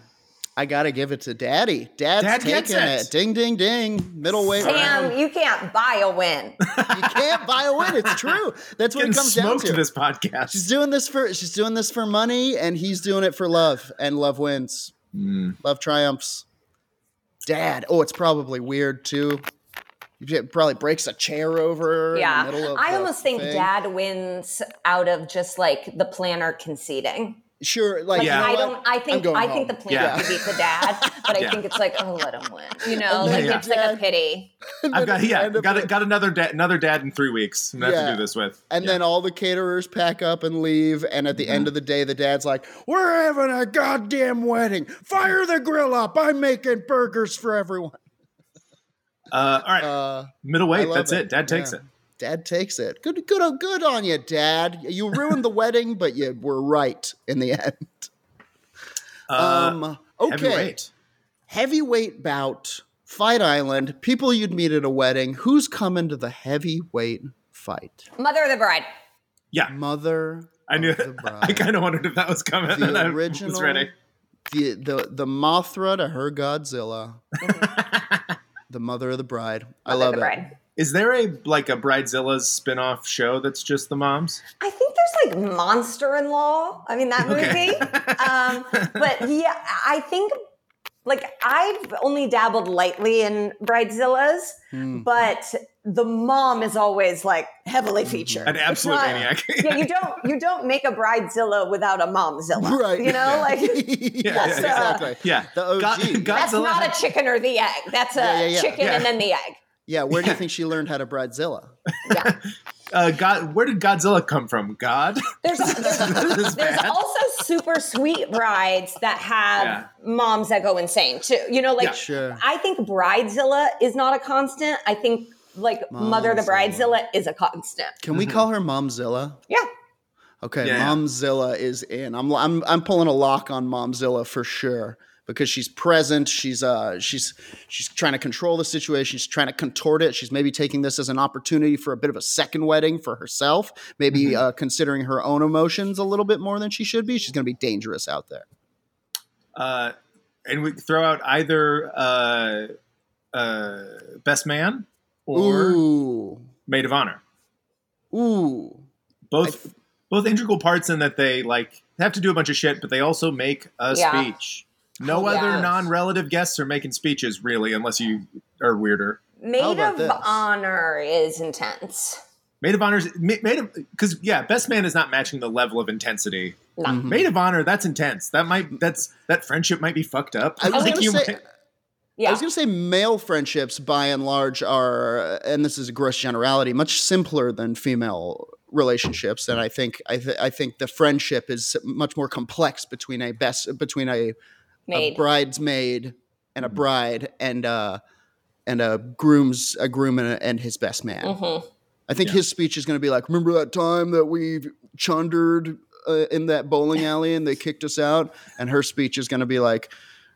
I gotta give it to Daddy. Dad's Dad gets taking it. it. Ding, ding, ding. Middleweight round. Sam, you can't buy a win. You can't buy a win. It's true. That's what Getting it comes down smoked to. this podcast. She's doing this for she's doing this for money, and he's doing it for love. And love wins. Hmm. Love triumphs. Dad. Oh, it's probably weird too. He probably breaks a chair over. in the Yeah. middle of I the almost think thing. dad wins out of just like the planner conceding. Sure, like Like you know I what? don't I I'm think going I think the home. planner Yeah. could beat the dad, but I Yeah. think it's like, oh let him win. You know, then like the it's like a dad- pity. I've got yeah, End up got with- a, got another dad another dad in three weeks. I'm gonna have Yeah. to do this with. And then all the caterers pack up and leave. And at the Mm-hmm. end of the day, the dad's like, We're having a goddamn wedding. Fire the grill up. I'm making burgers for everyone. Uh, all right, Uh, I middleweight. love That's it. it. Dad takes Yeah. it. dad takes it. Good, good, good on you, dad. You ruined the wedding, but you were right in the end. Uh, um, okay. Heavyweight. Heavyweight bout, Fight Island, people you'd meet at a wedding. Who's coming to the heavyweight fight? Mother of the bride. Yeah, Mother. I knew. of Oh, the I bride. kind of wondered if that was coming. The and I original- was ready. the the the Mothra to her Godzilla, the mother of the bride. I Mother of love the it. bride. Is there a like a Bridezilla's spin-off show that's just the moms? I think there's like Monster in Law. I mean that Okay. movie. um, but yeah, I think like I've only dabbled lightly in Bridezillas, Hmm. but the mom is always like heavily featured. Mm-hmm. An It's absolute not- maniac. yeah, you don't you don't make a Bridezilla without a momzilla. Right. You know, like yeah, That's, uh, exactly. yeah. The OG. God- that's Godzilla not had- a chicken or the egg. That's a Yeah, yeah, yeah. chicken and Yeah. then the egg. Yeah, where do you think she learned how to bridezilla? Yeah. uh, God, where did Godzilla come from? God. There's there's, there's also super sweet brides that have Yeah. moms that go insane too. You know, like Yeah. Sure. I think Bridezilla is not a constant. I think like Mother the Bridezilla is a constant. Can we call her Momzilla? Yeah. Okay, Yeah, yeah. Momzilla is in. I'm I'm I'm pulling a lock on Momzilla for sure because she's present. She's uh she's she's trying to control the situation. She's trying to contort it. She's maybe taking this as an opportunity for a bit of a second wedding for herself. Maybe Mm-hmm. uh, considering her own emotions a little bit more than she should be. She's going to be dangerous out there. Uh, and we throw out either uh, uh, best man or Ooh, maid of honor. ooh, both both integral parts in that they like have to do a bunch of shit, but they also make a Yeah. speech. No Oh, other yes. non-relative guests are making speeches really, unless you are weirder. Maid about of this? honor is intense. Maid of honors, ma- maid of because yeah, best man is not matching the level of intensity. No. Hmm. Maid of honor, that's intense. That might that's that friendship might be fucked up. I was Like, gonna say- Yeah. I was going to say male friendships by and large are, and this is a gross generality, much simpler than female relationships. And I think I, th- I think the friendship is much more complex between a best between a, a Maid. Mm-hmm. bridesmaid and a bride and uh and a groom's a groom and, and his best man. Mhm. I think his speech is going to be like, "Remember that time that we chundered uh, in that bowling alley and they kicked us out?" And her speech is going to be like,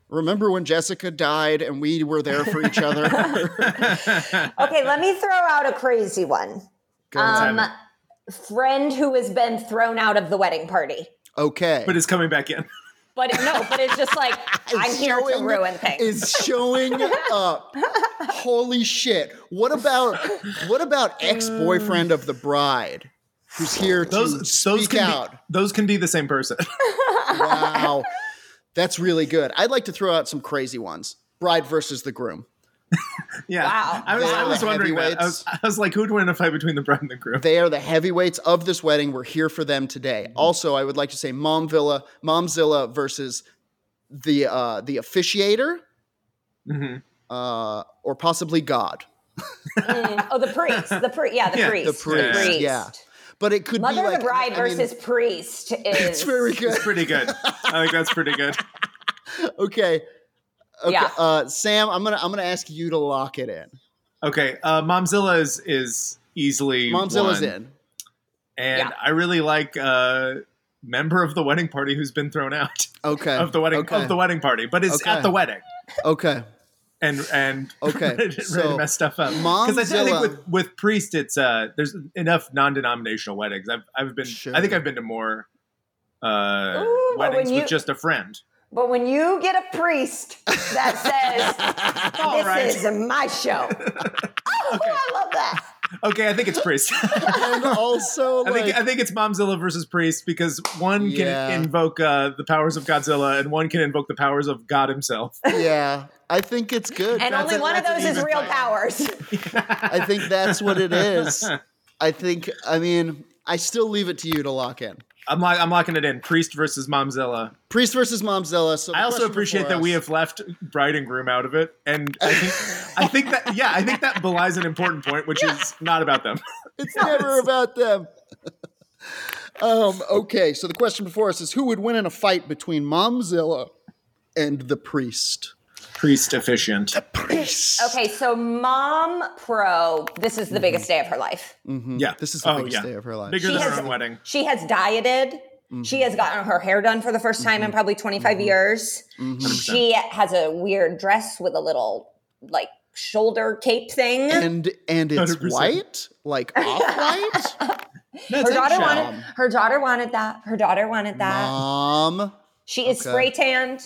"Remember when Jessica died and we were there for each other?" Okay, let me throw out a crazy one. Go on. Um, friend who has been thrown out of the wedding party. okay, but it's coming back in. But no, but it's just like I'm here to showing- ruin things. is showing up. Holy shit! What about what about ex boyfriend of the bride who's here to Those those speak can out? Be, those can be the same person. Wow. That's really good. I'd like to throw out some crazy ones. Bride versus the groom. yeah, Wow. I was, They I are was the wondering that. I heavyweights. was, I was like, who would win a fight between the bride and the groom? They are the heavyweights of this wedding. We're here for them today. Mm-hmm. Also, I would like to say Mom Villa, Momzilla versus the uh the officiator Mhm. uh or possibly God. Mm. Oh, the priest. The priest. Yeah, the Yeah, the priest. priest, priest. yeah. But it could Mother be like of the bride I mean, versus priest is It's very good. Pretty good. I think that's pretty good. Okay. Okay. Yeah. Uh Sam, I'm going to I'm going to ask you to lock it in. Okay, uh, Momzilla is is easily Momzilla's one. in. and Yeah. I really like uh, member of the wedding party who's been thrown out Okay. of the wedding Okay. of the wedding party, but is Okay. at the wedding okay. and and Okay, ready, to- ready so to mess stuff up. I, th- I Momzilla- think with, with priest, it's uh, there's enough non-denominational weddings. I've I've been I think Sure. I've been to more uh, Ooh, but when weddings you- with just a friend. But when you get a priest that says, All "This right. is my show," oh, I love that. Okay, I think it's priest. I And also, like, think I think it's Momzilla versus priest because one Yeah. can invoke uh, the powers of Godzilla and one can invoke the powers of God himself. yeah, I think it's good. And That's only a- one of that's those an is even real fight. powers. I think that's what it is. I think. I mean, I still leave it to you to lock in. I'm like I'm locking it in. Priest versus Momzilla. Priest versus Momzilla. So the I also question appreciate before that we us- have left bride and groom out of it, and I think I think that yeah, I think that belies an important point, which is not about them. It's never about them. um, okay, so the question before us is who would win in a fight between Momzilla and the priest? Priest efficient. Priest. okay, so Mom Pro, this Mm-hmm. is the biggest day of her life. Yeah, Mm-hmm. This is the biggest day of her life. Bigger She than has- her own wedding. She has dieted. Mm-hmm. She has gotten her hair done for the first time in probably 25 years. Mm-hmm. She has a weird dress with a little like shoulder cape thing. And and it's 100%. white, like off white. her daughter eggshell. wanted her daughter wanted that. Her daughter wanted that. Mom, she is okay. spray tanned.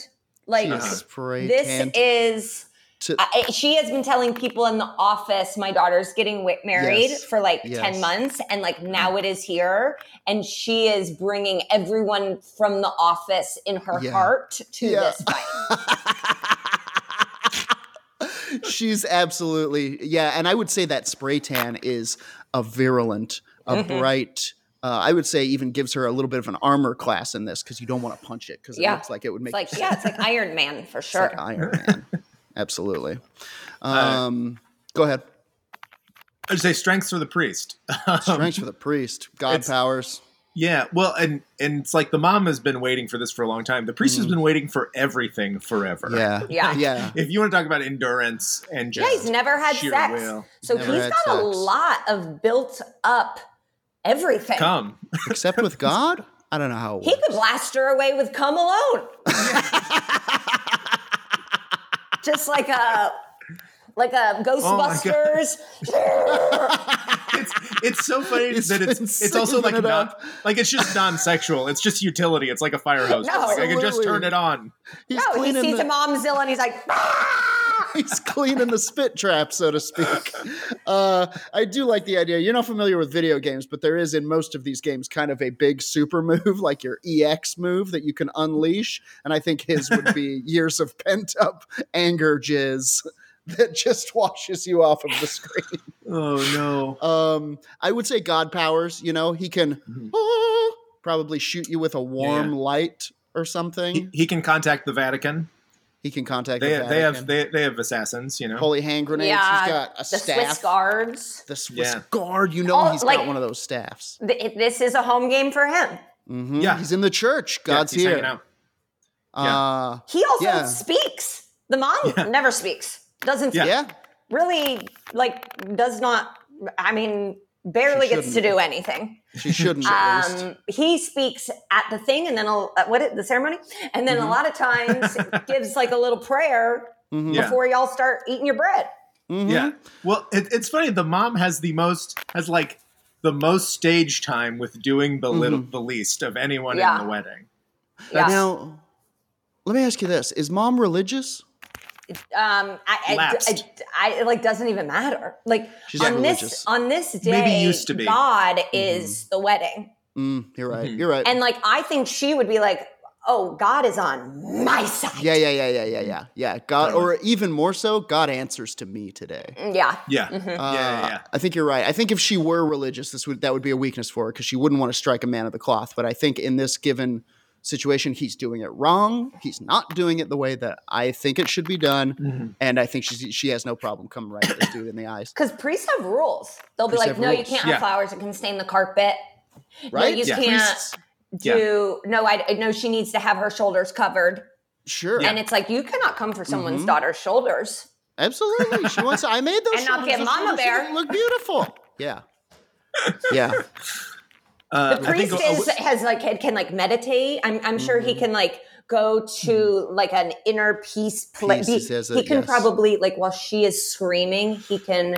Like spray this tan- is to- I, she has been telling people in the office my daughter's getting wi- married Yes. for like Yes. Mm. 10 months and like now it is here and she is bringing everyone from the office in her Yeah. heart to Yeah. this fight She's absolutely yeah, and I would say that spray tan is a virulent, a Mm-hmm. bright. Uh, I would say even gives her a little bit of an armor class in this because you don't want to punch it because it Yeah. looks like it would make it's like yeah it's like iron man for It's sure like Iron Man. Absolutely. Um, go ahead. I'd say strengths for the priest. Strengths for the priest. God Um, It's- powers. yeah, well, and and it's like the mom has been waiting for this for a long time. The priest has been waiting for everything forever. Mm. Yeah. Yeah. Yeah. If you want to talk about endurance and yeah just he's never had sheer sex will. so Never he's had got a sex. lot of built up everything come, Except with God. I don't know how. It he works. could blast her away with come alone just like a like a my Oh ghostbusters it's it's so funny He's that it's been it's also like saving it not up. like it's just non-sexual. It's just utility. It's like a fire hose. No. Like, I can just Absolutely. turn it on. He's No, Oh, he cleaning sees the, a momzilla and he's like, "Ah!" He's cleaning the spit trap, so to speak. Uh, I do like the idea. You're not familiar with video games, but there is in most of these games kind of a big super move, like your EX move that you can unleash. And I think his would be years of pent up anger jizz that just washes you off of the screen. Oh no. Um, I would say God powers. You know, he can "Ah," probably shoot you with a warm Mm-hmm. Yeah, light or something. He, He, he can contact the Vatican. can contact. They the they have Vatican. they, they have assassins. You know. holy hand grenades. he's got a the staff. Swiss guards. The Swiss Yeah. guard. You know, Oh, he's like- got one of those staffs. Th- This is a home game for him. Mhm. Yeah. he's in the church. Yeah, God's he's hanging here. out. Uh, He also Yeah. speaks. The mom Yeah. never speaks. Doesn't Yeah. yeah. really like does not. I mean, barely She gets to shouldn't. do anything. she shouldn't. at least. Um, he speaks at the thing, and then a, at what it- the ceremony, and then a Mm-hmm. lot of times gives like a little prayer Mhm. Yeah. before y'all start eating your bread. Mhm. Yeah. Well, it, it's funny. The mom has the most has like the most stage time with doing the little Mm-hmm. the least of anyone in Yeah. the wedding. Yeah. Now, let me ask you this: Is mom religious? um I, I, Lapsed. I, I- it like doesn't even matter like She's on not this religious. on this day Maybe used to be. Mm-hmm. god is the wedding Mm, you're right. You're right. and like i think she would be like oh god is on my side yeah, yeah, yeah, yeah, yeah, yeah, yeah. God, or even more so, God answers to me today. Mm, yeah Mm-hmm. Yeah. Uh, yeah. Yeah. I think you're right. I think if she were religious, this would that would be a weakness for her because she wouldn't want to strike a man of the cloth. But I think in this given situation, he's doing it wrong. He's not doing it the way that I think it should be done, Mm-hmm. and I think she she has no problem coming right at this dude in the eyes. because priests have rules they'll be Priests like have no you rules. can't Yeah. have flowers it can stain the carpet Right? no you Yeah. can't Priests- Yeah. do no i no she needs to have her shoulders covered Sure, and it's like you cannot come for someone's Mm-hmm. daughter's shoulders absolutely. She wants. I made those. And not shoulders. get Those Mama shoulders Bear. didn't Look beautiful. Yeah. Yeah. Uh, the I think priest a- is has like can, can like meditate. I'm I'm sure Mm-hmm. he can like go to like an inner peace Peace, place. He, he says he it, can yes. probably like while she is screaming, he can.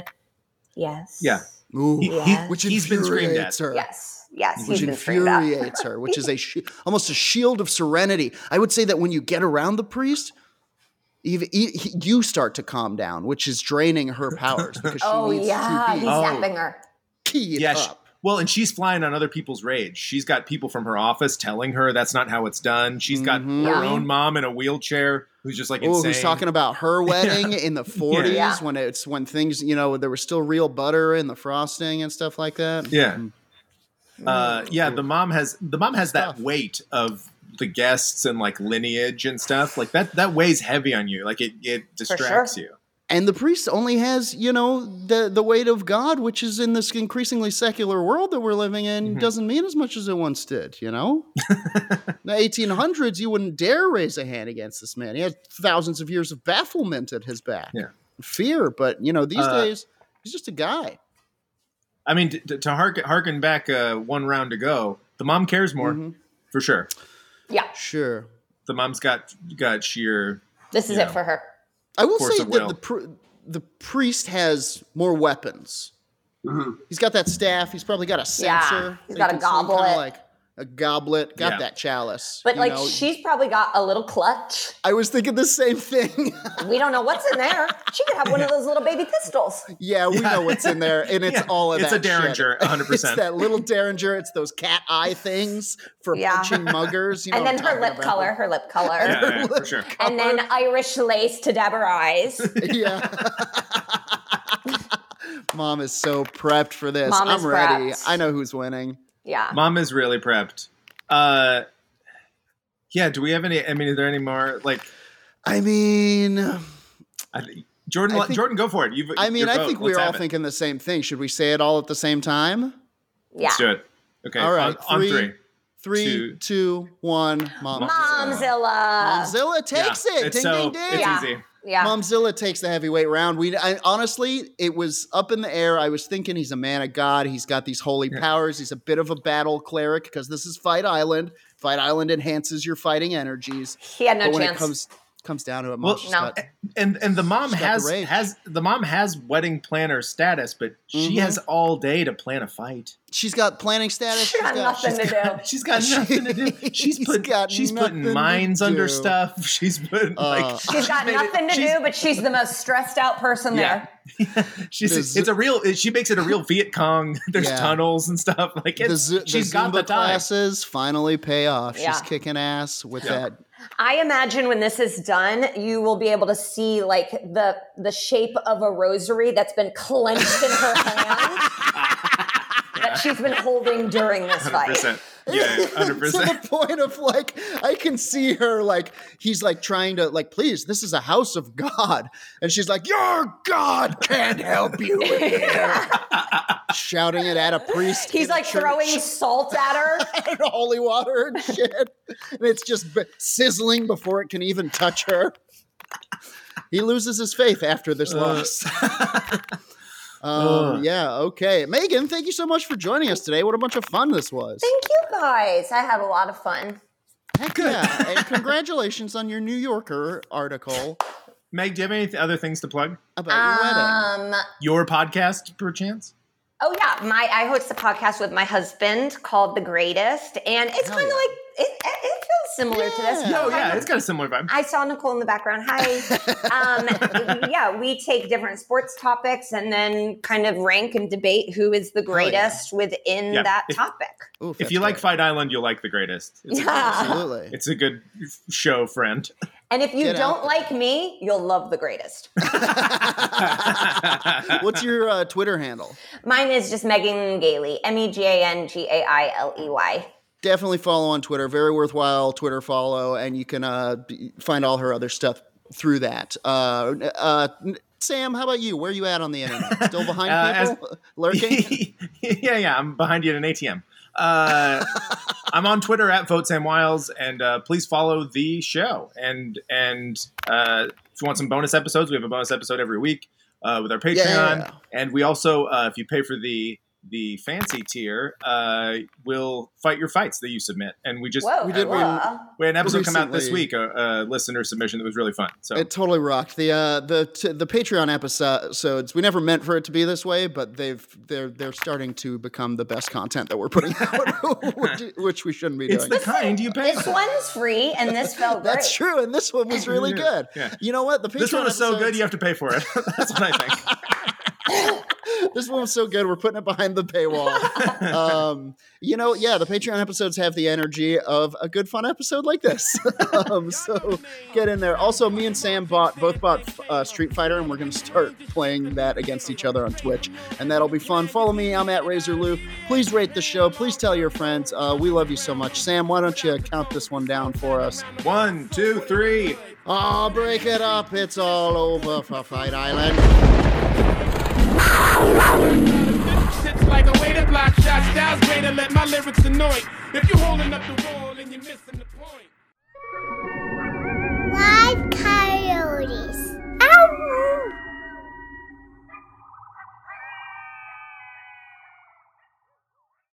Yes. Yeah. Ooh. He- he- Which he's been screamed at. infuriates her. Yes. yes, which he's been straightened out. infuriates her, which is a shi almost a shield of serenity. I would say that when you get around the priest, even e- he- you start to calm down, which is draining her powers because she Oh needs yeah, to he's be Oh. zapping her. keyed yeah, she- up. well, and she's flying on other people's rage. She's got people from her office telling her that's not how it's done. She's got Mhm. Yeah. her own mom in a wheelchair who's just like Oh, insane. who's talking about her wedding in the 40s Yeah. when it's when things, you know, there was still real butter in the frosting and stuff like that. Yeah. Mm-hmm. Uh, yeah, the mom has the mom has that Stuff. weight of the guests and like lineage and stuff. Like that that weighs heavy on you. Like it it distracts you. And the priest only has, you know, the the weight of God, which is in this increasingly secular world that we're living in, Mm-hmm. doesn't mean as much as it once did, you know? in the 1800s, you wouldn't dare raise a hand against this man. He had thousands of years of bafflement at his back. Yeah. Fear, but, you know, these Uh, days, he's just a guy. I mean, to, to harken, harken back uh, one round ago, the mom cares more Mhm. for sure. Yeah, Sure. The mom's got got sheer. this is Yeah. it for her. I will Force say of that will. the, pr- the priest has more weapons. Mm-hmm. He's got that staff. He's probably got a Yeah, censer. he's that got he can swing, kinda a goblet. Like a goblet. Got Yeah. that chalice. But you like, know? she's probably got a little clutch. I was thinking the same thing. We don't know what's in there. She could have one of those little baby pistols. yeah, we know what's in there, and it's Yeah, all of it's that. a Derringer, shit. 100%. It's that little Derringer. It's those cat eye things for Yeah. punching muggers. You know and what then I'm her lip talking about. color, her lip color. Yeah, yeah, yeah, for sure. And then Irish lace to dab her eyes. yeah. Mom is so prepped for this. Mom I'm is ready. prepped. I know who's winning. Yeah. Mom is really prepped. Uh, yeah. Do we have any? I mean, are there any more? Like, I mean, I, th- Jordan, I let- think- Jordan, go for it. You've, I mean, your I vote. think Let's we're all have it. thinking the same thing. Should we say it all at the same time? Yeah. Let's do it. Okay. All right, On, on three. three. Three, Two. two, one. Mom. Momzilla. Momzilla takes Yeah, it. It's ding, so ding, ding. it's Yeah. easy. Yeah. Momzilla takes the heavyweight round. We I, honestly, it was up in the air. I was thinking he's a man of God. He's got these holy powers. He's a bit of a battle cleric because this is Fight Island. Fight Island enhances your fighting energies. he had no but when chance. it comes comes down to it, Mom, Well, she's No. got- And and the mom She's got has the rage. has the mom has wedding planner status, but she Mhm. has all day to plan a fight. she's got planning status. she had got- nothing to do. She's got nothing to do. She's She's put got she's nothing putting to mines under do. stuff. She's putting Uh, like She's got made it- nothing to she's- do, but she's the most stressed out person Yeah. she's Does- it's a real it- she makes it a real Viet Cong. There's Yeah. tunnels and stuff. Like the, it's, Zu- the she's Zumba got the time. classes finally pay off. Yeah. She's kicking ass with Yeah. that there. I imagine when this is done, you will be able to see like the the shape of a rosary that's been clenched in her hand that she's been holding during this fight. 100%. Yeah, hundred to percent. the point of like I can see her like he's like trying to like please this is a house of God and she's like your God can't help you in here shouting it at a priest in He's the like church throwing salt at her. and holy water and shit and it's just b- sizzling before it can even touch her he loses his faith after this Uh, loss um, Ugh. yeah okay Megan thank you so much for joining us today what a bunch of fun this was Thank you guys. I had a lot of fun. Heck yeah. and congratulations on your New Yorker article Meg, do you have any other things to plug? about your wedding. Um, Your podcast, perchance? oh yeah, my I host a podcast with my husband called The Greatest, and it's Hell kind of yeah. like it, it, it feels similar to Yeah. this. Oh Kind yeah, of it's got a similar vibe. I saw Nicole in the background. Hi. um, yeah, we take different sports topics and then kind of rank and debate who is the yeah. greatest within Yeah. that If- topic. Oof, if you that's like great. Fight Island, you'll like The Greatest. It's, Yeah. Absolutely. it's a good show, friend. And if you Get out don't like me, you'll love the greatest. What's your uh, Twitter handle? Mine is just Megan Gailey, M E G A N G A I L E Y. Definitely follow on Twitter. Very worthwhile Twitter follow, and you can uh, b- find all her other stuff through that. Uh, uh, n- Sam, how about you? Where are you at on the internet? Still behind Uh, people? Lurking? yeah, yeah. I'm behind you at an ATM. Uh, I'm on Twitter at Vote Sam Wiles, and uh, please follow the show. And and uh, if you want some bonus episodes, we have a bonus episode every week uh, with our Patreon. Yeah. And we also, uh, if you pay for the the fancy tier uh, will fight your fights that you submit, and we just Whoa, we did hello. we had an episode come out this Recently. week, a, a listener submission that was really fun. So It totally rocked the uh, the t- the Patreon episodes. We never meant for it to be this way, but they've they're they're starting to become the best content that we're putting out, which, which we shouldn't be it's doing. the kind you pay. This for. one's free, and this felt great. That's true, and this one was really good. yeah. You know what? The Patreon This one was so good, episodes- you have to pay for it. That's what I think. this one was so good. We're putting it behind the paywall. um, you know, yeah, the Patreon episodes have the energy of a good fun episode like this. um, so get in there. Also, me and Sam bought both bought uh, Street Fighter, and we're going to start playing that against each other on Twitch, and that'll be fun. Follow me. I'm at Razor Lou. Please rate the show. Please tell your friends. Uh, we love you so much, Sam. Why don't you count this one down for us? One, two, three. Oh, break it up. It's all over for Fight Island. Sits like a way to block shots. Styles way to let my lyrics annoy. If you holding up the wall and you're missing the